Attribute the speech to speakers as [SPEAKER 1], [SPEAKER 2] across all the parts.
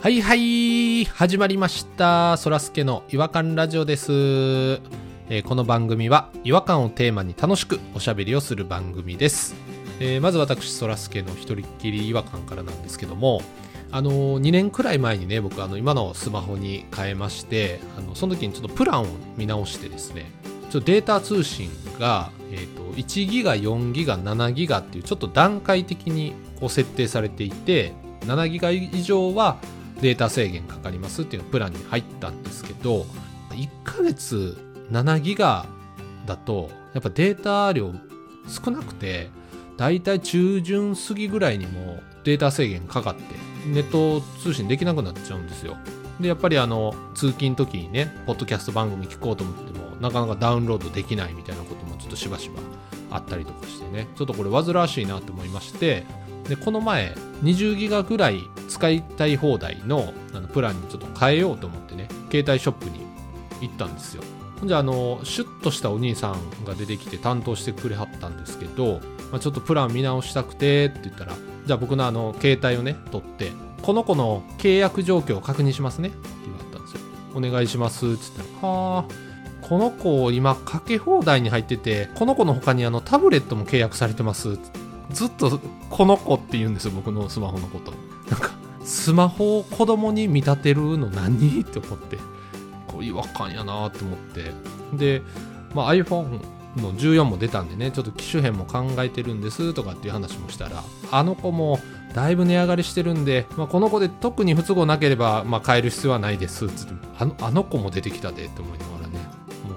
[SPEAKER 1] はいはい始まりましたそらすけの違和感ラジオです、えーこの番組は違和感をテーマに楽しくおしゃべりをする番組です、えーまず私そらすけの一人っきり違和感からなんですけどもあの2年くらい前にね僕あの今のスマホに変えましてあのその時にちょっとプランを見直してですねちょっとデータ通信が、えー、と1ギガ4ギガ7ギガっていうちょっと段階的にこう設定されていて7ギガ以上はデータ制限かかりますっていうプランに入ったんですけど1ヶ月7ギガだとやっぱデータ量少なくてだいたい中旬過ぎぐらいにもデータ制限かかってネット通信できなくなっちゃうんですよでやっぱりあの通勤時にねポッドキャスト番組聞こうと思ってもなかなかダウンロードできないみたいなこともちょっとしばしばあったりとかしてねちょっとこれ煩わしいなと思いましてでこの前20ギガぐらい使いたい放題のあのプランにちょっと変えようと思ってね携帯ショップに行ったんですよほんじゃあのシュッとしたお兄さんが出てきて担当してくれはったんですけど、まあ、ちょっとプラン見直したくてって言ったらじゃあ僕のあの携帯をね取ってこの子の契約状況を確認しますねって言われたんですよお願いしますって言ったらはあこの子今かけ放題に入っててこの子の他にあのタブレットも契約されてますずっとこの子って言うんですよ僕のスマホのことなんかスマホを子供に見立てるの何って思ってこう違和感やなって思ってで、まあ、iPhone の14も出たんでねちょっと機種変も考えてるんですとかっていう話もしたらあの子もだいぶ値上がりしてるんで、まあ、この子で特に不都合なければ、まあ、変える必要はないですつってあのあの子も出てきたでって思いながらね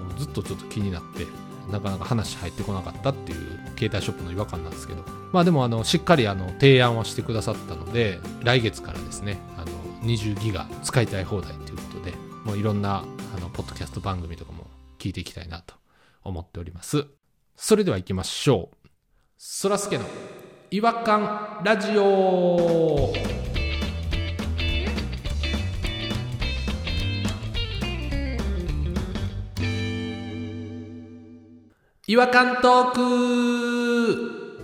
[SPEAKER 1] もうずっとちょっと気になってなかなか話入ってこなかったっていう携帯ショップの違和感なんですけどまあでもあのしっかりあの提案はしてくださったので来月からですねあの20ギガ使いたい放題ということでもういろんなあのポッドキャスト番組とかも聞いていきたいなと思っておりますそれでは行きましょうそらすけの違和感ラジオ違和感トーク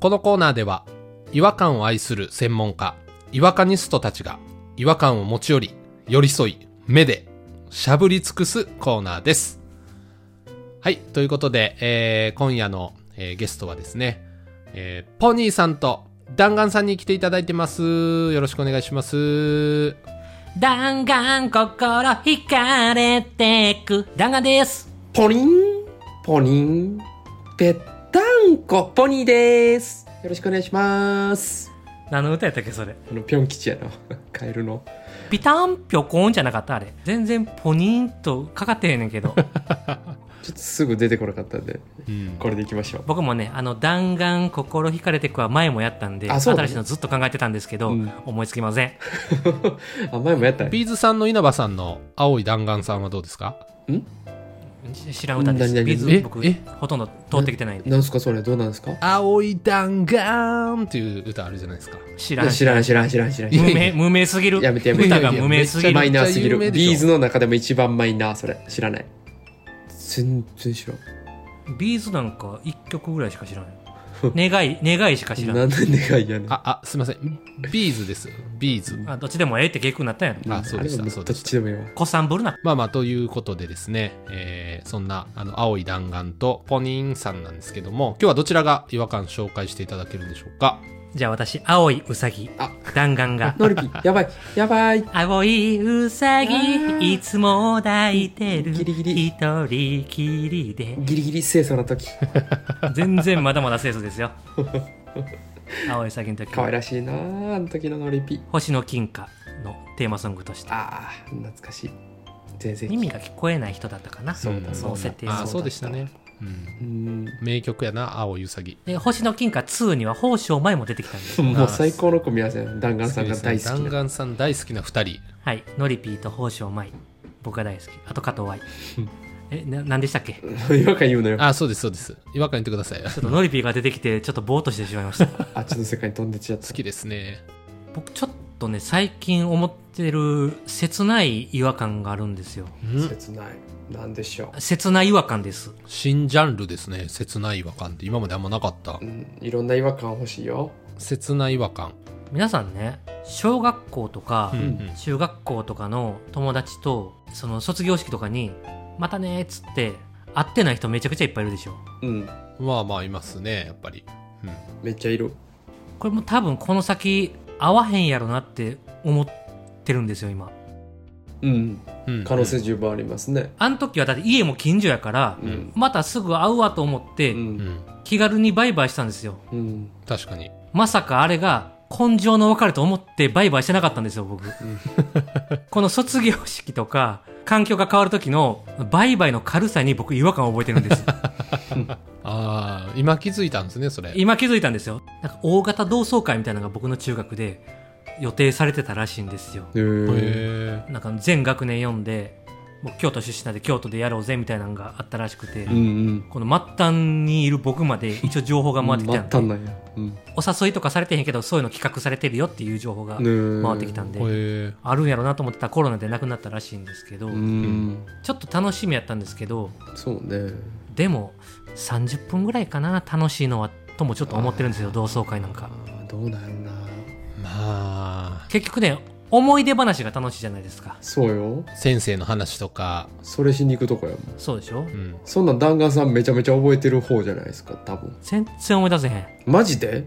[SPEAKER 1] このコーナーでは違和感を愛する専門家違和感ニストたちが違和感を持ち寄り寄り添い目でしゃぶり尽くすコーナーですはいということで、えー今夜の、えーゲストはですね、えーポニーさんと弾丸さんに来ていただいてますよろしくお願いします
[SPEAKER 2] 弾丸心惹かれてく弾丸です
[SPEAKER 3] ポリン、ポリン、ぺったんこ、ポニーです。よろしくお願いします。
[SPEAKER 2] 何の歌やったっけそれ
[SPEAKER 3] あの、ぴょん吉やな、 カエルの。
[SPEAKER 2] ピタンピョコーンじゃなかったあれ全然ポニーンとかかってへんねんけ ど
[SPEAKER 3] ちょっとすぐ出てこなかったんで、
[SPEAKER 1] うん
[SPEAKER 3] これでいきましょう。
[SPEAKER 2] 僕もねあの弾丸心惹かれてくは前もやったんで、
[SPEAKER 3] あそうだね
[SPEAKER 2] 新しいのずっと考えてたんですけど、
[SPEAKER 3] うん
[SPEAKER 2] 思いつきません
[SPEAKER 3] あ、前もやったね。
[SPEAKER 1] ビーズさんの稲葉さんの青い弾丸さんはどうですか
[SPEAKER 2] し知らん歌です
[SPEAKER 3] 何々
[SPEAKER 2] ビー
[SPEAKER 1] え
[SPEAKER 2] ズ僕
[SPEAKER 1] え
[SPEAKER 2] ほとんど通ってきてないんで
[SPEAKER 3] なんすかそれ、どうなんですか
[SPEAKER 1] 青い弾丸っていう歌あるじゃないですか
[SPEAKER 2] 知らん
[SPEAKER 3] 知らん、知らん、知らん、知らん。
[SPEAKER 1] いや
[SPEAKER 2] 無名無名すぎる
[SPEAKER 3] やめてやめて
[SPEAKER 2] 歌が無名すぎる
[SPEAKER 3] マイナーすぎる。
[SPEAKER 1] めっちゃ有名でしょ
[SPEAKER 3] ビーズの中でも一番マイナー、それ。知らない。全然知らん。
[SPEAKER 2] ビーズなんか1曲ぐらいしか 知らない願い願いしか知らん
[SPEAKER 3] なんでかいやねん。
[SPEAKER 1] あ、あ、すいません。ビーズです。ビーズ。
[SPEAKER 2] あどっちでもええって結局なったんやろ
[SPEAKER 1] あ、そうでし
[SPEAKER 3] あ
[SPEAKER 1] た、
[SPEAKER 3] れ
[SPEAKER 1] そ
[SPEAKER 3] はも
[SPEAKER 1] うで
[SPEAKER 3] どっ
[SPEAKER 1] し
[SPEAKER 3] ち
[SPEAKER 1] た。
[SPEAKER 3] でもいいわ。
[SPEAKER 2] 子さんぶるな
[SPEAKER 1] まあまあ、ということでですね、えーそんな、あの、青い弾丸とポニーンさんなんですけども、今日はどちらが違和感紹介していただけるんでしょうか。
[SPEAKER 2] じゃあ私青いウサギ
[SPEAKER 3] あ
[SPEAKER 2] 弾丸 が
[SPEAKER 3] ノリピー、やばい、やばい。
[SPEAKER 2] 青いウサ
[SPEAKER 3] あー
[SPEAKER 2] ギいつも抱いてる
[SPEAKER 3] ギリギリ
[SPEAKER 2] 一人きりで
[SPEAKER 3] ギリギリ清楚な時。
[SPEAKER 2] 全然まだまだ清楚です よ青いウサギの時
[SPEAKER 3] 可愛らしいなあの時のノリピー。
[SPEAKER 2] 星の金貨のテーマソングとして
[SPEAKER 3] ああ懐かしい全然
[SPEAKER 2] 耳が聞こえない人だったかな
[SPEAKER 3] そうだ
[SPEAKER 1] ん
[SPEAKER 3] そうだ
[SPEAKER 2] 設定
[SPEAKER 1] あー、
[SPEAKER 2] そ
[SPEAKER 1] そうう
[SPEAKER 2] だ
[SPEAKER 1] でしたね。うん。
[SPEAKER 3] うん
[SPEAKER 1] 名曲やな、青いウサギ。
[SPEAKER 2] で星の金貨2には宝生前も出てきたんです
[SPEAKER 3] もう最高の組み合わせ弾丸さんが大好き
[SPEAKER 1] 弾
[SPEAKER 3] な
[SPEAKER 1] 丸さん大好きな二人。
[SPEAKER 2] はいノリピーと宝生前僕が大好きあと加藤愛えな何でしたっけち
[SPEAKER 3] 違和感言うのよ
[SPEAKER 1] あー、そうです、そうです。違和感言ってください。
[SPEAKER 2] ょっとノリピーが出てきてちょっとボーっとしてしまいました
[SPEAKER 3] あっちの世界に飛んでっちゃった
[SPEAKER 1] 好きですね。
[SPEAKER 2] 僕ちょっとね最近思ってる切ない違和感があるんですよ
[SPEAKER 1] うん
[SPEAKER 3] 切ないなんでしょ
[SPEAKER 2] 切ない違和感です
[SPEAKER 1] 新ジャンルですね。切ない違和感って今まであんまなかった
[SPEAKER 3] うう。んいろんな違和感欲しいよ
[SPEAKER 1] 切ない違和感。
[SPEAKER 2] 皆さんね小学校とか
[SPEAKER 1] うんうん
[SPEAKER 2] 中学校とかの友達とその卒業式とかに「またね」っつって会ってない人めちゃくちゃいっぱいいるでしょ
[SPEAKER 3] うん。
[SPEAKER 1] まあまあいますねやっぱり、うん、
[SPEAKER 3] めっちゃいる。
[SPEAKER 2] これも多分この先会わへんやろなって思ってるんですよ今
[SPEAKER 3] うん。
[SPEAKER 1] うんうん
[SPEAKER 3] 可能性十分ありますね。
[SPEAKER 2] あの時はだって家も近所やから
[SPEAKER 3] う、ん。
[SPEAKER 2] またすぐ会うわと思っ
[SPEAKER 3] う。
[SPEAKER 2] て、
[SPEAKER 1] うんん
[SPEAKER 2] 気軽にバイバイしたんですよ。
[SPEAKER 3] うん。
[SPEAKER 1] 確かに
[SPEAKER 2] まさかあれが、根性の別れと思ってバイバイしてなかったんですよ、僕。この卒業式とか、環境が変わる時の、バイバイの軽さに僕違和感を覚えてるんです。
[SPEAKER 1] ああ今気づいたんですねそれ
[SPEAKER 2] 今気づいたんですよ。なんか大型同窓会みたいなのが僕の中学で予定されてたらしいんですよ。
[SPEAKER 3] へー
[SPEAKER 1] へ
[SPEAKER 2] なんか全学年読んで、もう京都出身なんで京都でやろうぜみたいなのがあったらしくて、
[SPEAKER 3] うんうん。
[SPEAKER 2] この末端にいる僕まで一応情報が回ってきたんで
[SPEAKER 3] たんなんや。うん。
[SPEAKER 2] お誘いとかされてへんけどそういうの企画されてるよっていう情報が回ってきたん
[SPEAKER 1] え
[SPEAKER 2] で、
[SPEAKER 1] へえ
[SPEAKER 2] あるんやろなと思ってたらコロナでなくなったらしいんですけど、
[SPEAKER 3] うん。
[SPEAKER 2] ちょっと楽しみやったんですけど
[SPEAKER 3] そうね。
[SPEAKER 2] でも30分ぐらいかな楽しいのはともちょっと思ってるんですよ同窓会なん
[SPEAKER 3] あ
[SPEAKER 2] か
[SPEAKER 3] ーどうなるな。
[SPEAKER 1] まあ
[SPEAKER 2] 結局ね思い出話が楽しいじゃないですか
[SPEAKER 3] そうよ。
[SPEAKER 1] 先生の話とか、
[SPEAKER 3] それしに行くとこやもん。
[SPEAKER 2] そうでし
[SPEAKER 1] う
[SPEAKER 2] ょ
[SPEAKER 1] ん、
[SPEAKER 3] そんなん弾丸さんめちゃめちゃ覚えてる方じゃないですか、多分。
[SPEAKER 2] 全然思い出せへん
[SPEAKER 3] マジで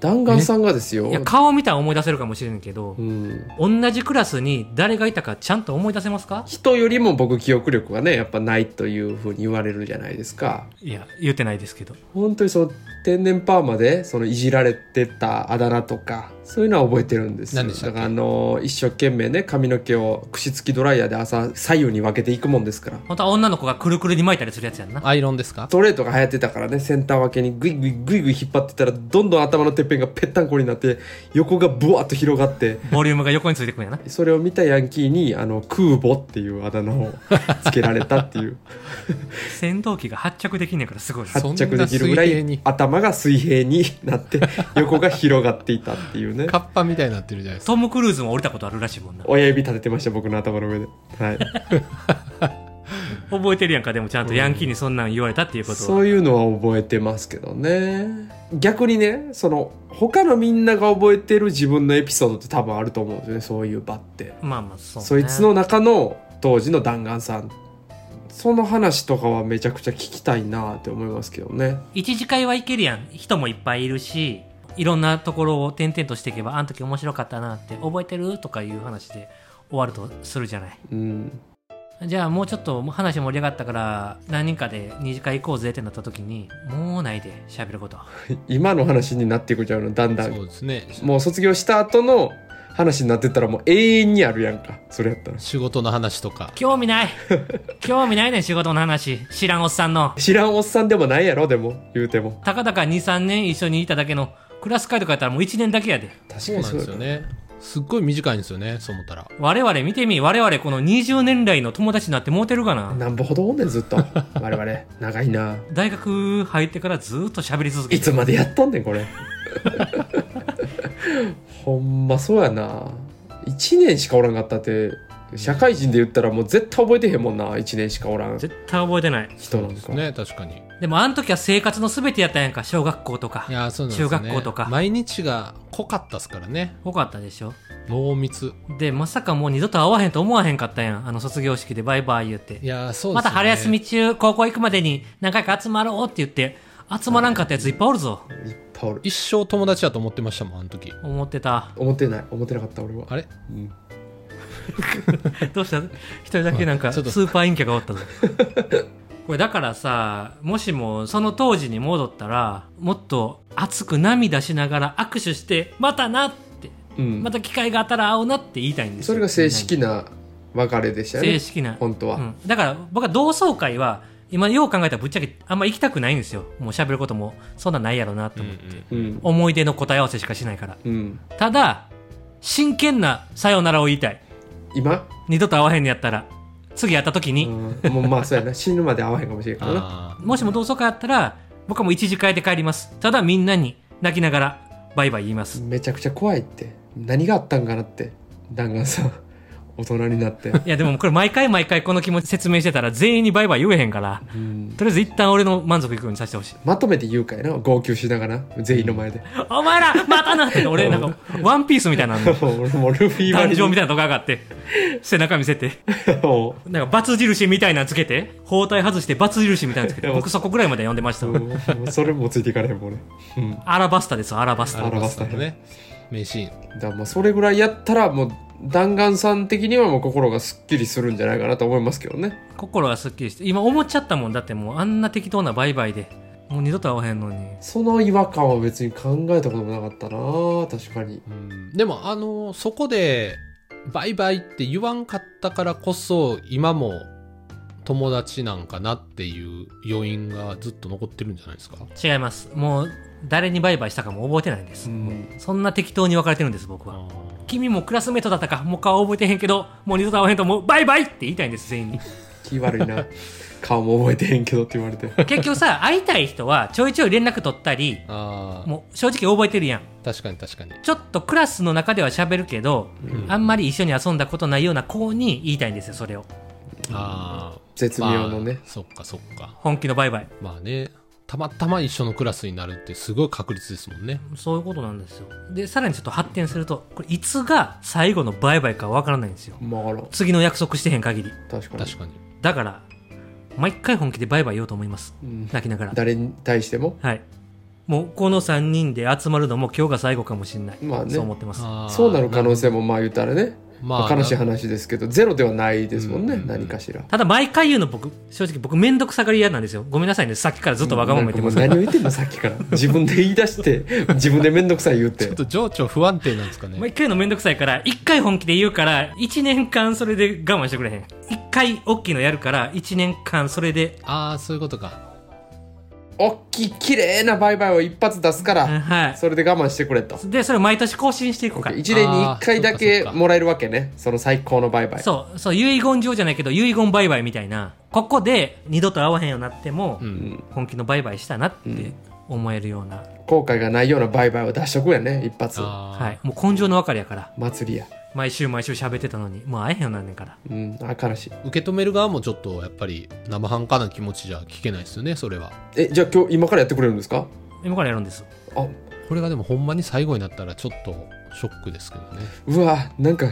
[SPEAKER 3] 弾丸さんがですよ。
[SPEAKER 2] いや顔見たら思い出せるかもしれんけど
[SPEAKER 3] う、ん。
[SPEAKER 2] 同じクラスに誰がいたかちゃんと思い出せますか
[SPEAKER 3] 人よりも僕記憶力がね、やっぱないというふうに言われるじゃないですか。
[SPEAKER 2] いや言ってないですけど
[SPEAKER 3] 本当にその天然パーマでそのいじられてたあだ名とかそういうのは覚えてるんですよ
[SPEAKER 1] 何でしたっけ
[SPEAKER 3] だからあの一生懸命ね髪の毛を櫛付きドライヤーで朝左右に分けていくもんですから
[SPEAKER 2] 本当は女の子がくるくるに巻いたりするやつやんな
[SPEAKER 1] アイロンですか
[SPEAKER 3] ストレートが流行ってたからねセンター分けにグイグイグイグイ引っ張ってたらどんどん頭のてっぺんがぺったんこになって横がブワッと広がって
[SPEAKER 2] ボリュームが横についてくん やな
[SPEAKER 3] それを見たヤンキーにあの空母っていうあだ 名をつけられたっていう
[SPEAKER 2] 戦闘機が発着できんねんからすごいです
[SPEAKER 1] そん
[SPEAKER 3] 発
[SPEAKER 1] な
[SPEAKER 3] 着できるぐら
[SPEAKER 1] 水平
[SPEAKER 3] い
[SPEAKER 1] に
[SPEAKER 3] 頭が水平になって横が広がっていたっていうね
[SPEAKER 1] カッパみたいになってるじゃないですか
[SPEAKER 2] トム・クルーズも降りたことあるらしいもんな
[SPEAKER 3] 親指立ててました僕の頭の上で、はい、
[SPEAKER 2] 覚えてるやんかでもちゃんとヤンキーにそんなん言われたっていうこと
[SPEAKER 3] そ
[SPEAKER 2] は
[SPEAKER 3] ういうのは覚えてますけどね逆にねその他のみんなが覚えてる自分のエピソードって多分あると思うんですよねそういう場って
[SPEAKER 2] まあまあそう、ね、
[SPEAKER 3] そいつの中の当時の弾丸さんその話とかはめちゃくちゃ聞きたいなって思いますけどね
[SPEAKER 2] 一次会はいけるやん人もいっぱいいるしいろんなところを転々としていけばあの時面白かったなって覚えてるとかいう話で終わるとするじゃない
[SPEAKER 3] うん
[SPEAKER 2] じゃあもうちょっと話盛り上がったから何人かで二次会行こうぜってなった時にもうないで喋ること
[SPEAKER 3] 今の話になっていくじゃんのだんだ
[SPEAKER 1] そ
[SPEAKER 3] ん
[SPEAKER 1] うですね
[SPEAKER 3] もう卒業した後の話になってったらもう永遠にあるやんかそれやったら
[SPEAKER 1] 仕事の話とか
[SPEAKER 2] 興味ない 興味ないねん仕事の話知らんおっさんの
[SPEAKER 3] 知らんおっさんでもないやろでも言うても
[SPEAKER 2] たかだか23年一緒にいただけのクラス会とかやったらもう1年だけやで
[SPEAKER 3] 確
[SPEAKER 1] そうなんですよねすっごい短いんですよねそう思ったら
[SPEAKER 2] 我々見てみ我々この20年来の友達になってモうてるかな
[SPEAKER 3] なんぼほどおんねんずっ と我々長いな
[SPEAKER 2] 大学入ってからずーっと喋り続け
[SPEAKER 3] い
[SPEAKER 2] て
[SPEAKER 3] つまでやっとんねんこれ ほんまそうやな1年しかおらんかったって社会人で言ったらもう絶対覚えてへんもんな1年しかおらん
[SPEAKER 2] 絶対覚えてない
[SPEAKER 3] 人なん
[SPEAKER 1] です
[SPEAKER 3] か、
[SPEAKER 1] ね確かに
[SPEAKER 2] でもあの時は生活の全てやったやんか小学校と
[SPEAKER 1] い
[SPEAKER 2] か
[SPEAKER 1] やーそうなんですね
[SPEAKER 2] 中学校とか
[SPEAKER 1] 毎日が濃かったっすからね
[SPEAKER 2] 多かったでしょ
[SPEAKER 1] 濃密
[SPEAKER 2] でまさかもう二度と会わへんと思わへんかったやんあの卒業式でバイバイ言って
[SPEAKER 1] いやーそうですね
[SPEAKER 2] また春休み中高校行くまでに何回か集まろうって言って集まらんかったやついっぱいおるぞ
[SPEAKER 3] いっぱいおる
[SPEAKER 1] 一生友達だと思ってましたもんあの時
[SPEAKER 2] 思ってた
[SPEAKER 3] 思ってない思ってなかった俺は
[SPEAKER 1] あれ
[SPEAKER 3] うん
[SPEAKER 2] どうした一人だけなんか
[SPEAKER 1] あ
[SPEAKER 2] ス
[SPEAKER 1] ちょっと
[SPEAKER 2] ーパー陰キャがおったぞ これだからさもしもその当時に戻ったらもっと熱く涙しながら握手してまたなって
[SPEAKER 3] うん
[SPEAKER 2] また機会があったら会おうなって言いたいんですよ
[SPEAKER 3] それが正式な別れでしたよ
[SPEAKER 2] 正
[SPEAKER 3] ね
[SPEAKER 2] 式な、
[SPEAKER 3] 本当は、
[SPEAKER 2] うん、だから僕は同窓会は今よう考えたらぶっちゃけあんま行きたくないんですよもう喋ることもそんなないやろなと思って、
[SPEAKER 3] うん
[SPEAKER 2] 思い出の答え合わせしかしないから
[SPEAKER 3] うん
[SPEAKER 2] ただ真剣なさよならを言いたい
[SPEAKER 3] 今、
[SPEAKER 2] 二度と会わへんのやったら次会った時
[SPEAKER 3] う
[SPEAKER 2] に、
[SPEAKER 3] ん、もうまあそうやな死ぬまで会わへんかもしれんからな
[SPEAKER 1] あ
[SPEAKER 2] もしも同窓会あったら、僕はもう一時会で帰ります。ただみんなに泣きながら、バイバイ言います。
[SPEAKER 3] めちゃくちゃ怖いって何があったんかなって弾丸さん大人になって、
[SPEAKER 2] いやでもこれ毎回毎回この気持ち説明してたら全員にバイバイ言えへんから、
[SPEAKER 3] うん
[SPEAKER 2] とりあえず一旦俺の満足いくようにさせてほしい。
[SPEAKER 3] まとめて言うかいな号泣しながら全員の前で
[SPEAKER 2] お前らまたな って俺なんかワンピースみたいなの
[SPEAKER 3] 俺もルフィ
[SPEAKER 2] 壇上み
[SPEAKER 3] た
[SPEAKER 2] たいなとこ上がって背中見せて
[SPEAKER 3] いな も
[SPEAKER 2] なんかバツ印みたいなのつけて包帯外してバツ印みたいなのつけて
[SPEAKER 3] いや
[SPEAKER 2] 僕そこぐらいまで読んでました、
[SPEAKER 3] うそれもついていかれへんもん俺、うん、だか
[SPEAKER 2] アラバスタですアラバス
[SPEAKER 1] ア
[SPEAKER 2] タ
[SPEAKER 1] ラ
[SPEAKER 3] ラ
[SPEAKER 1] バ
[SPEAKER 3] バ
[SPEAKER 1] ス
[SPEAKER 3] ス
[SPEAKER 1] タ
[SPEAKER 3] タ
[SPEAKER 1] のね名シーン
[SPEAKER 3] らもうそれぐらいやったらもう弾丸さん的にはもう心がすっきりするんじゃないかなと思いますけどね
[SPEAKER 2] 心がすっきりして今思っちゃったもんだってもうあんな適当なバイバイでもう二度と会わへんのに
[SPEAKER 3] その違和感は別に考えたこともなかったな確かに
[SPEAKER 1] うんでもあのそこでバイバイって言わんかったからこそ今も友達なんかなっていう余韻がずっと残ってるんじゃないですか
[SPEAKER 2] 違いますもう誰にバイバイしたかも覚えてないんです、
[SPEAKER 3] うん
[SPEAKER 2] そんな適当に別れてるんです僕は
[SPEAKER 1] あー
[SPEAKER 2] 君もクラスメートだったかもう顔覚えてへんけどもう二度と会わへんともうバイバイって言いたいんです全員 に
[SPEAKER 3] 気悪いな顔も覚えてへんけどって言われて
[SPEAKER 2] 結局さ会いたい人はちょいちょい連絡取ったり
[SPEAKER 1] あー
[SPEAKER 2] もう正直覚えてるやん
[SPEAKER 1] 確かに確かに
[SPEAKER 2] ちょっとクラスの中では喋るけど、
[SPEAKER 1] ん
[SPEAKER 2] あんまり一緒に遊んだことないような子に言いたいんですよそれを
[SPEAKER 1] あー
[SPEAKER 3] 絶妙のね
[SPEAKER 1] まあそっかそっか
[SPEAKER 2] 本気のバイバイ
[SPEAKER 1] まあねたまたま一緒のクラスになるってすごい確率ですもんね
[SPEAKER 2] そういうことなんですよでさらにちょっと発展するとこれいつが最後のバイバイかわからないんですよ
[SPEAKER 3] まああら
[SPEAKER 2] 次の約束してへん限り
[SPEAKER 3] 確かに
[SPEAKER 1] 確かに
[SPEAKER 2] だから毎回本気でバイバイ言おうと思います
[SPEAKER 3] うん
[SPEAKER 2] 泣きながら
[SPEAKER 3] 誰に対しても
[SPEAKER 2] はいもうこの3人で集まるのも今日が最後かもしれない、
[SPEAKER 3] まあね
[SPEAKER 2] そう思ってます
[SPEAKER 1] あー
[SPEAKER 3] そうなる可能性もまあ言ったらね、
[SPEAKER 1] まあ
[SPEAKER 3] 悲しい話ですけどゼロではないですもんね、
[SPEAKER 1] うん
[SPEAKER 3] 何かしら。
[SPEAKER 2] ただ毎回言うの僕正直僕めんどくさがり屋なんですよごめんなさいねさっきからずっとわがまま言ってます
[SPEAKER 3] なんかもう何を言ってんのさっき から自分で言い出して自分で面倒くさい言って
[SPEAKER 1] ちょっと情緒不安定なんですか
[SPEAKER 2] もう
[SPEAKER 1] ね
[SPEAKER 2] 一回のめんどくさいから、一回本気で言うから、一年間それで我慢してくれへん。一回大きいのやるから、一年間それで、
[SPEAKER 1] ああそういうことか
[SPEAKER 3] おっきい綺麗なバイバイを一発出すか
[SPEAKER 2] うん
[SPEAKER 3] ら
[SPEAKER 2] は
[SPEAKER 3] それで我慢してくれと
[SPEAKER 2] い。で、それを毎年更新していこうか。
[SPEAKER 3] 1年に1回だ
[SPEAKER 1] あーそ
[SPEAKER 3] け
[SPEAKER 1] っかそっか
[SPEAKER 3] もらえるわけねその最高のバイバイ
[SPEAKER 2] そう、そう、遺言状じゃないけど、遺言売買みたいな、ここで二度と会わへんようになっても、
[SPEAKER 1] うん
[SPEAKER 2] 本気の売買したなって思えるような、
[SPEAKER 3] 後悔がないようなバイバイを出しとくやね一発
[SPEAKER 1] あー
[SPEAKER 2] はい。もう根性の別れやから、
[SPEAKER 3] 祭りや
[SPEAKER 2] 毎週毎週喋ってたのに、もう会えへんようになんねんから。
[SPEAKER 3] うんあ悲しい
[SPEAKER 1] 受け止める側もちょっとやっぱり生半可な気持ちじゃ聞けないですよねそれは
[SPEAKER 3] えじゃあ今日今からやってくれるんですか
[SPEAKER 2] 今からやるんです。
[SPEAKER 3] あ
[SPEAKER 1] これがでもほんまに最後になったらちょっとショックですけどね
[SPEAKER 3] うわなんか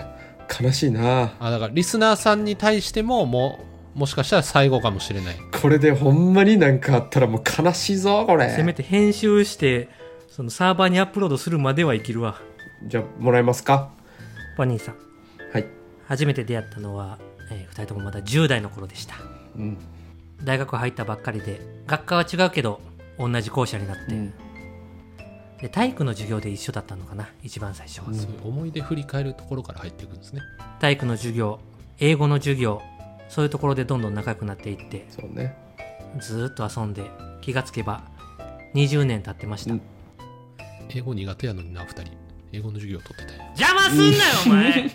[SPEAKER 3] 悲しいな
[SPEAKER 1] あだからリスナーさんに対してももうもしかしたら最後かもしれない
[SPEAKER 3] これでほんまになんかあったらもう悲しいぞこ
[SPEAKER 2] せめ
[SPEAKER 3] れ
[SPEAKER 2] て編集して、そのサーバーにアップロードするまでは生きるわ。
[SPEAKER 3] じゃあもらえますか
[SPEAKER 2] バニーさん。
[SPEAKER 3] はい、
[SPEAKER 2] 初めて出会ったのは、え2人ともまだ10代の頃でした
[SPEAKER 3] うん
[SPEAKER 2] 大学入ったばっかりで学科は違うけど同じ校舎になって、で体育の授業で一緒だったのかな一番最初は、
[SPEAKER 1] そういう思い出振り返るところから入っていくんですね
[SPEAKER 2] 体育の授業英語の授業そういうところでどんどん仲良くなっていって
[SPEAKER 3] そうね
[SPEAKER 2] ずーっと遊んで気がつけば20年経ってました、
[SPEAKER 3] うん
[SPEAKER 1] 英語苦手やのにな2人英語の授業を取ってたよ
[SPEAKER 2] 邪魔すんなよお 前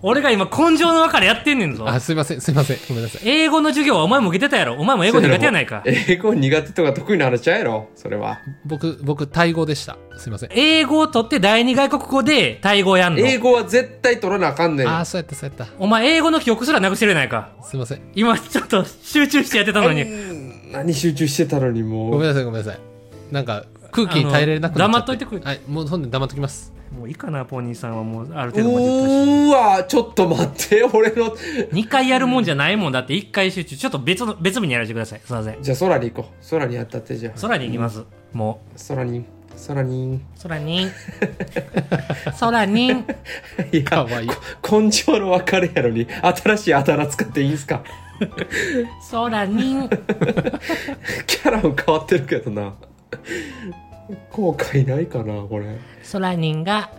[SPEAKER 2] 俺が今根性の別れやってんねんぞ
[SPEAKER 1] あすいませんすいませんごめんなさい
[SPEAKER 2] 英語の授業はお前も受けてたやろお前も英語苦手やないか
[SPEAKER 3] 英語苦手とか得意な話ちゃうやろそれは
[SPEAKER 1] 僕僕タイ語でしたすいません
[SPEAKER 2] 英語を取って第二外国語でタイ語をやんの。
[SPEAKER 3] 英語は絶対取らなあかんねん
[SPEAKER 1] ああそうやったそうやっ
[SPEAKER 2] お前英語の記憶すらなくしてるやないか。
[SPEAKER 1] たすいません
[SPEAKER 2] 今ちょっと集中してやってたのに。
[SPEAKER 3] うん何集中してたのに
[SPEAKER 1] ご
[SPEAKER 3] も
[SPEAKER 1] めん
[SPEAKER 3] う
[SPEAKER 1] なさいごめんなさいなんか空気に耐えられなくなっちゃ
[SPEAKER 2] あの黙っといてくれ
[SPEAKER 1] はいもうそんで黙っときます
[SPEAKER 2] もういいかな、ポニーさんはもうある
[SPEAKER 3] う
[SPEAKER 2] 程度まで言ったし。
[SPEAKER 3] ーわちょっと待って 俺の
[SPEAKER 2] 2回やるもんじゃないもんだって1回集中。ちょっと別の、別日にやらせてください。すいません。
[SPEAKER 3] じゃあ空に行こう空にやったってじゃあ
[SPEAKER 2] 空に行きます。も
[SPEAKER 3] 空に空に
[SPEAKER 2] う。空に。空に。
[SPEAKER 3] い
[SPEAKER 1] か
[SPEAKER 3] や
[SPEAKER 1] わいい
[SPEAKER 3] 根性の別れやのに新しいあだ名使っていいんすか
[SPEAKER 2] 空に。
[SPEAKER 3] キャラも変わってるけどな後悔ないかなこれ
[SPEAKER 2] 空にが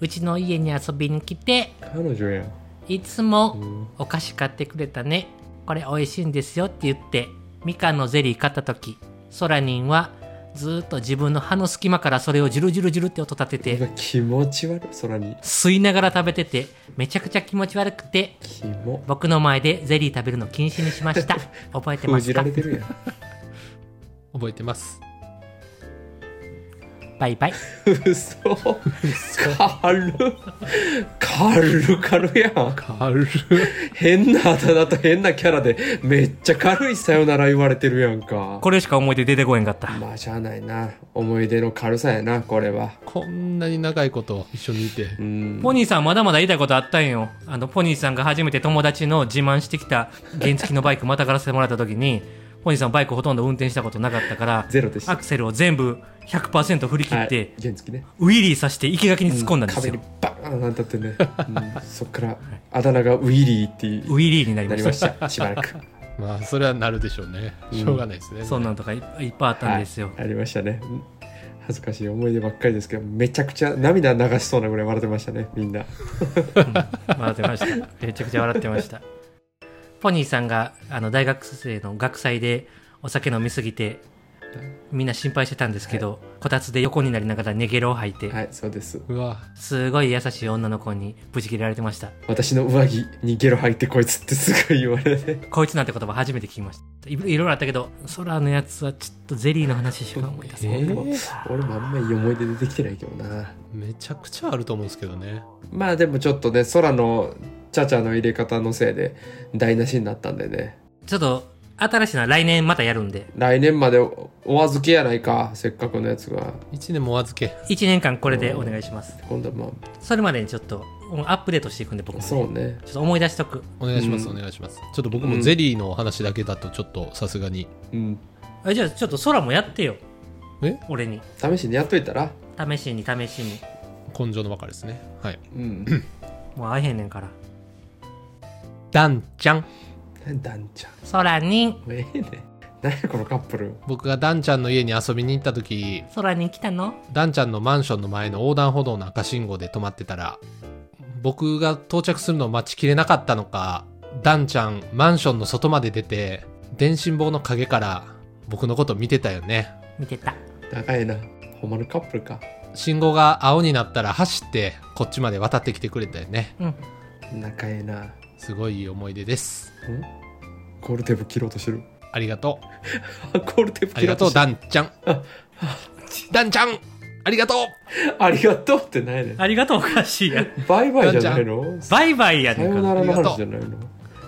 [SPEAKER 2] うちの家に遊びに来て、
[SPEAKER 3] 彼女やん
[SPEAKER 2] いつもお菓子買ってくれたね。これ美味しいんですよって言って、みかんのゼリー買った時、ソラニンはずーっと自分の歯の隙間からそれをジュルジュルジュルって音立て
[SPEAKER 3] うわ
[SPEAKER 2] て、
[SPEAKER 3] 気持ち悪い空に
[SPEAKER 2] 吸いながら食べてて、めちゃくちゃ気持ち悪くて、
[SPEAKER 3] キモ
[SPEAKER 2] 僕の前でゼリー食べるの禁止にしま した。覚えてま
[SPEAKER 3] 封
[SPEAKER 2] す
[SPEAKER 3] じ
[SPEAKER 2] から
[SPEAKER 3] れてるやん
[SPEAKER 1] 覚えてます
[SPEAKER 2] バイバイ。
[SPEAKER 3] 嘘軽軽軽やん
[SPEAKER 1] 軽っ
[SPEAKER 3] 変なあだ名と変なキャラでめっちゃ軽いさよなら言われてるやんか
[SPEAKER 2] これしか思い出出てこへんかった。
[SPEAKER 3] まあしゃあないな思い出の軽さやなこれは
[SPEAKER 1] こんなに長いこと一緒にいて
[SPEAKER 3] うん
[SPEAKER 2] ポニーさんまだまだ言いたいことあったんよ。あの、ポニーさんが初めて友達の自慢してきた原付のバイクまたがらせてもらった時に、ポニーさんバイクほとんど運転したことなかったから、
[SPEAKER 3] ゼロでした
[SPEAKER 2] アクセルを全部100%振り切
[SPEAKER 3] は
[SPEAKER 2] っ
[SPEAKER 3] い
[SPEAKER 2] て、
[SPEAKER 3] 原付ね
[SPEAKER 2] ウィリーさして生垣に突っ込んだんです
[SPEAKER 3] 壁
[SPEAKER 2] よ
[SPEAKER 3] に。バーンなんたってね、うんそっからあだ名がウィリーって
[SPEAKER 2] ウィリーになり
[SPEAKER 3] な
[SPEAKER 2] ま
[SPEAKER 3] り
[SPEAKER 2] し
[SPEAKER 3] ま
[SPEAKER 2] た。
[SPEAKER 3] したしばらく
[SPEAKER 1] まあそれはなるでしょうねしょうがないですね、
[SPEAKER 2] そんなんとかいっぱいいっぱいあったんですよ。
[SPEAKER 3] はい、ありましたねうん恥ずかしい思い出ばっかりですけどめちゃくちゃ涙流しそうなぐらい笑ってましたねみんな
[SPEAKER 2] 笑ってました。めちゃくちゃ笑ってました。ポニーさんがあの大学生の学祭でお酒飲みすぎて、みんな心配してたんですけど、こたつで横になりながらネゲロを吐いて、
[SPEAKER 3] はいそうです
[SPEAKER 1] うわ
[SPEAKER 2] すごい優しい女の子にブチ切れられてました。
[SPEAKER 3] 私の上着にゲロ吐いてこいつってすごい言われて
[SPEAKER 2] こいつなんて言葉初めて聞きました。いいろいろあったけど、空のやつはちょっとゼリーの話しか思い出せない。
[SPEAKER 1] え
[SPEAKER 3] 俺も俺もあんまいい思い出出てきてないけどな
[SPEAKER 1] めちゃくちゃあると思うんですけどね
[SPEAKER 3] まあでもちょっとね空のチャチャの入れ方のせいで台無しになったんでね
[SPEAKER 2] ちょっと新しいのは来年またやるんで、
[SPEAKER 3] 来年までおお預けやないかせっかくのやつが
[SPEAKER 1] 1年もお預け
[SPEAKER 2] 1年間これでお願いします。
[SPEAKER 3] 今度はま
[SPEAKER 2] それまでにちょっとうんアップデートしていくんで僕
[SPEAKER 3] あ
[SPEAKER 2] も。ちょ
[SPEAKER 3] そうね
[SPEAKER 2] っと思い出しとく。
[SPEAKER 1] お願いします、
[SPEAKER 3] うん
[SPEAKER 1] お願いしますちょっと僕もゼリーのお話だけだとちょっとさすがに
[SPEAKER 3] うん
[SPEAKER 2] あじゃあちょっと空もやってよ。
[SPEAKER 1] え
[SPEAKER 2] 俺に。
[SPEAKER 3] 試しにやっといたら
[SPEAKER 2] 試しに試しに。
[SPEAKER 1] 根性のばかりですねはい
[SPEAKER 3] うん
[SPEAKER 2] もう会えへんねんから。
[SPEAKER 1] ダンちゃん
[SPEAKER 3] ダンちゃん
[SPEAKER 2] 空に、
[SPEAKER 3] もうええね何やこのカップル
[SPEAKER 1] 僕がダンちゃんの家に遊びに行った時
[SPEAKER 2] 空に来たの
[SPEAKER 1] ダンちゃんのマンションの前の横断歩道の赤信号で止まってたら僕が到着するのを待ちきれなかったのかダンちゃんマンションの外まで出て電信棒の陰から僕のこと見てたよね
[SPEAKER 2] 見てた。
[SPEAKER 3] 長いなほんまのカップルか
[SPEAKER 1] 信号が青になったら走ってこっちまで渡ってきてくれたよね
[SPEAKER 2] うん。
[SPEAKER 3] 仲ええな
[SPEAKER 1] すごいいい思い出です
[SPEAKER 3] ゴールテープ切ろうとしてる
[SPEAKER 1] ありがとう
[SPEAKER 3] ゴールテープ
[SPEAKER 1] あ
[SPEAKER 3] 切
[SPEAKER 1] り
[SPEAKER 3] ろ
[SPEAKER 1] がとう、
[SPEAKER 3] うとして
[SPEAKER 1] ダ
[SPEAKER 3] る
[SPEAKER 1] ンちゃん。ダンちゃんありがとう
[SPEAKER 3] ありがとうってないね
[SPEAKER 2] ありがとうおかしいやん。
[SPEAKER 3] バイバイじゃないの
[SPEAKER 2] バイバイや
[SPEAKER 3] さ
[SPEAKER 2] ねんから
[SPEAKER 3] よな。らの
[SPEAKER 1] ありがとう
[SPEAKER 3] 話じゃないの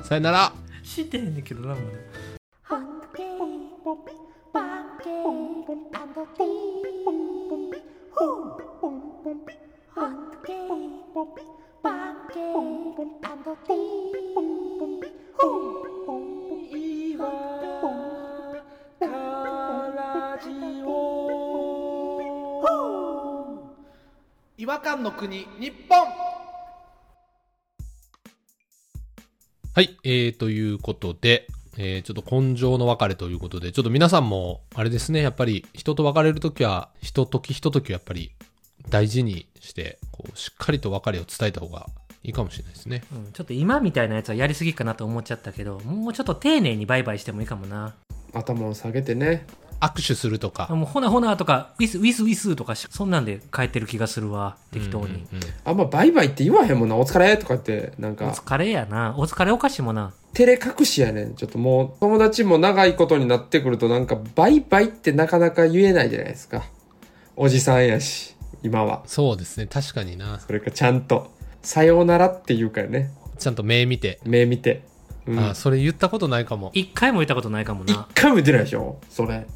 [SPEAKER 1] さよなら
[SPEAKER 2] してへんねんけどな、もう。
[SPEAKER 4] Hunky,
[SPEAKER 1] 違和感の国、日本はい、えー、ということで、えー、ちょっと根性の別れということで、ちょっと皆さんも、あれですね、やっぱり人と別れるときは、ひとときひとときをやっぱり大事にして、こう、しっかりと別れを伝えた方がいいかもしれないですね。
[SPEAKER 2] うん、ちょっと今みたいなやつはやりすぎかなと思っちゃったけどもうちょっと丁寧にバイバイしてもいいかもな
[SPEAKER 3] 頭を下げてね
[SPEAKER 1] 握手するとか。
[SPEAKER 2] もうほなほなとかウィスウィスウィスとかしそんなんで変えてる気がするわ適当に、
[SPEAKER 1] うんうんうん
[SPEAKER 3] あんまバイバイって言わへんもんなお疲れとかってなん
[SPEAKER 2] お
[SPEAKER 3] か
[SPEAKER 2] 疲れやなお疲れおかしいもな
[SPEAKER 3] 照れ隠しやねんちょっともう友達も長いことになってくるとなんかバイバイってなかなか言えないじゃないですかおじさんやし今は
[SPEAKER 1] そうですね、確かにな。
[SPEAKER 3] それかちゃんとさようならっていうかね
[SPEAKER 1] ちゃんと目見て、
[SPEAKER 3] 目見て、うん、
[SPEAKER 1] あそれ言ったことないかも。
[SPEAKER 2] 一回も言ったことないかも
[SPEAKER 3] 一
[SPEAKER 2] な
[SPEAKER 3] 回も言ってないでしょそれ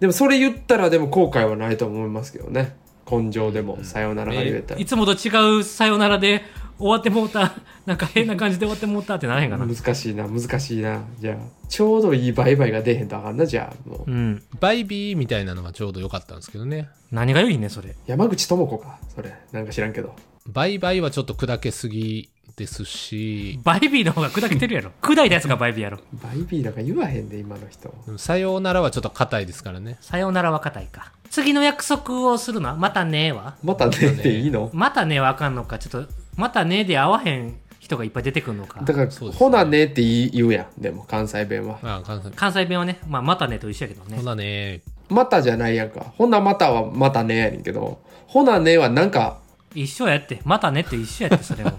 [SPEAKER 3] でもそれ言ったらでも後悔はないと思いますけどね根性でもさようならが言えたら
[SPEAKER 2] いつもと違うさよならで終わってもうたなんか変な感じで終わってもうたってならへんかな
[SPEAKER 3] 難しいな難しいなじゃあちょうどいいバイバイが出へんとあかんなじゃあもう
[SPEAKER 2] うん
[SPEAKER 1] バイビーみたいなのがちょうど良かったんですけどね。
[SPEAKER 2] 何が良いねそれ
[SPEAKER 3] 山口智子かそれなんか知らんけど
[SPEAKER 1] バイバイはちょっと砕けすぎですし、
[SPEAKER 2] バイビーの方が砕けてるやろ砕いたやつがバイビーやろ
[SPEAKER 3] バイビーなんか言わへんで今の人
[SPEAKER 1] さようならはちょっと硬いですからね。
[SPEAKER 2] さよならは硬いか次の約束をするなまたねーは
[SPEAKER 3] また出ていいの
[SPEAKER 2] またねわかんのかちょっとまたねで会わへん人がいっぱい出てくるのか
[SPEAKER 3] だから、
[SPEAKER 1] そうですね
[SPEAKER 3] ほなねって言い言うやんでも関西弁は
[SPEAKER 1] ああ、関西。
[SPEAKER 2] 関西弁はね、まあ、またねと一緒やけどね
[SPEAKER 1] そうだね。
[SPEAKER 3] またじゃないやんかほなまたはまたねやねんけどほなねはなんか
[SPEAKER 2] 一緒やってまたねって一緒やってそれ も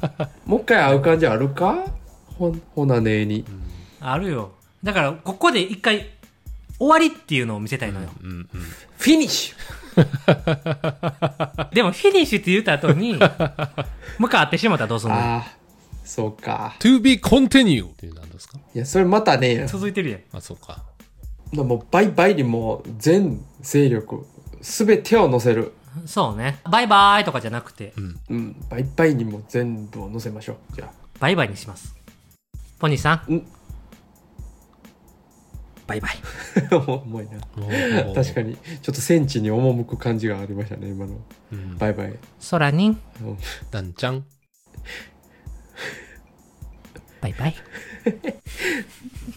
[SPEAKER 3] もう一回会う感じあるかほほなねに
[SPEAKER 2] あるよだからここで一回終わりっていうのを見せたいのよ、
[SPEAKER 1] うんうん。
[SPEAKER 3] フィニッシュ
[SPEAKER 2] でもフィニッシュって言った後 に、向かってしまったらどうすんの
[SPEAKER 3] ああ、そうか。
[SPEAKER 1] to be continued ってなんですか
[SPEAKER 3] いや、それまたね、
[SPEAKER 2] 続いてるやん。
[SPEAKER 1] あ、そうか。
[SPEAKER 3] まあもうバイバイにもう全勢力、すべてを乗せる。
[SPEAKER 2] そうね。バイバイとかじゃなくて、
[SPEAKER 3] うん、バイバイにも全部を乗せましょう。じゃ
[SPEAKER 2] バイバイにします。ポニーさん。
[SPEAKER 3] ん
[SPEAKER 2] バイバイ。
[SPEAKER 3] あ、 重いな。 確か
[SPEAKER 1] に。
[SPEAKER 3] に、ちょっと戦地に赴く感じがありましたね、今の。
[SPEAKER 1] うん
[SPEAKER 3] バイバイ。
[SPEAKER 2] ソラニン、
[SPEAKER 3] うん
[SPEAKER 1] ダンちゃん。
[SPEAKER 2] バイバイ。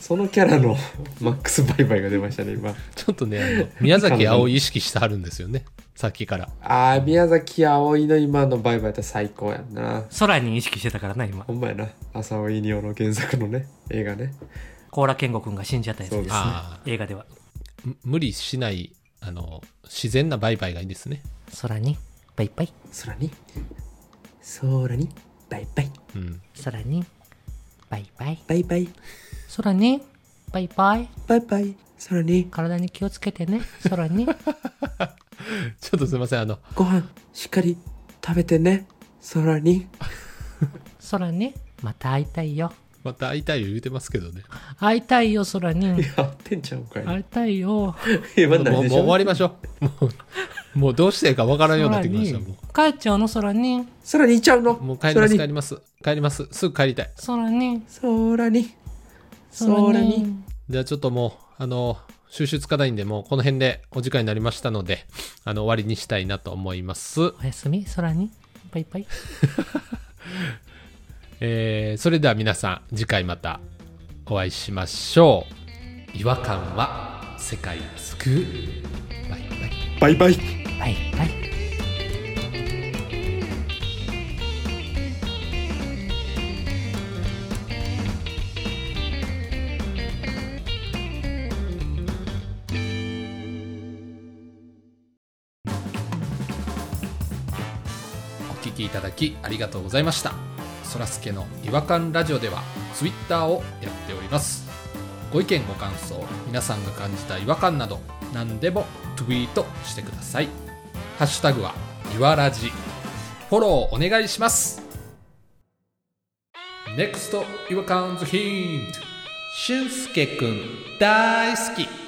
[SPEAKER 3] そのキャラの マックスバイバイが出ましたね、今。
[SPEAKER 1] ちょっとね、あの宮崎葵意識してはるんですよね。さっきから。
[SPEAKER 3] ああ、宮崎葵の今のバイバイって最高やんな。
[SPEAKER 2] ソラニン意識してたからな、今
[SPEAKER 3] ほ。んまやな。浅尾稲雄の原作のね、映画ね。
[SPEAKER 2] コーラケンゴくんが死んじゃったやつ
[SPEAKER 3] そう
[SPEAKER 2] で
[SPEAKER 3] ですすね。
[SPEAKER 1] あ
[SPEAKER 2] 映画では。
[SPEAKER 1] あ、む無理しない、あの、自然なバイバイがいいですね。
[SPEAKER 2] ソラニン、バイバイ。
[SPEAKER 3] 空に、空に、バイバイ、
[SPEAKER 1] うん。
[SPEAKER 2] ソラニン、バイバイ。
[SPEAKER 3] バイバイ、
[SPEAKER 2] ソラニン、バイバイ。
[SPEAKER 3] バイバイ、空に、
[SPEAKER 2] 体に気をつけてね、ソラニン。
[SPEAKER 1] ちょっとすいません、あの、
[SPEAKER 3] ご飯しっかり食べてね、空に。
[SPEAKER 2] ソラニン、また会いたいよ。
[SPEAKER 1] また会いたい言うてますけどね。
[SPEAKER 2] 会いたいよ、ソラニン。
[SPEAKER 3] やってんちゃうんかい。
[SPEAKER 2] 会いたいよ。
[SPEAKER 3] え、ま
[SPEAKER 1] も
[SPEAKER 3] あ
[SPEAKER 1] う
[SPEAKER 3] ない
[SPEAKER 1] もう
[SPEAKER 3] でし
[SPEAKER 1] 終わ
[SPEAKER 3] ょ。
[SPEAKER 1] りましょう。もう、もうどうしていいかわからんようになってきました。も
[SPEAKER 2] 帰っちゃうの、ソラニン。
[SPEAKER 3] 空に行っちゃうの。
[SPEAKER 1] う、もう帰ります、帰
[SPEAKER 3] 空
[SPEAKER 1] り
[SPEAKER 3] に。
[SPEAKER 1] ます。帰ります。すぐ帰りたい。
[SPEAKER 2] ソラニン、
[SPEAKER 3] 空に。
[SPEAKER 2] ソラ
[SPEAKER 3] 空
[SPEAKER 2] ニ
[SPEAKER 3] に。
[SPEAKER 2] ン。
[SPEAKER 1] じゃあちょっともう、あの、収集つかないんで、もうこの辺でお時間になりましたので、 あの、終わりにしたいなと思います。
[SPEAKER 2] おやすみ、ソラニン。バイバイ。
[SPEAKER 1] えーそれでは皆さん、次回またお会いしましょう。違和感は世界を救う。バイバイ。
[SPEAKER 3] バイバイ。
[SPEAKER 2] バイバイ。
[SPEAKER 1] お聞きいただきありがとうございましたそらすけの違和感ラジオではツイッターをやっておりますご意見ご感想皆さんが感じた違和感など何でもツイートしてくださいハッシュタグはいわらじフォローお願いします NEXT 違和感ズヒントしゅんすけくん大好き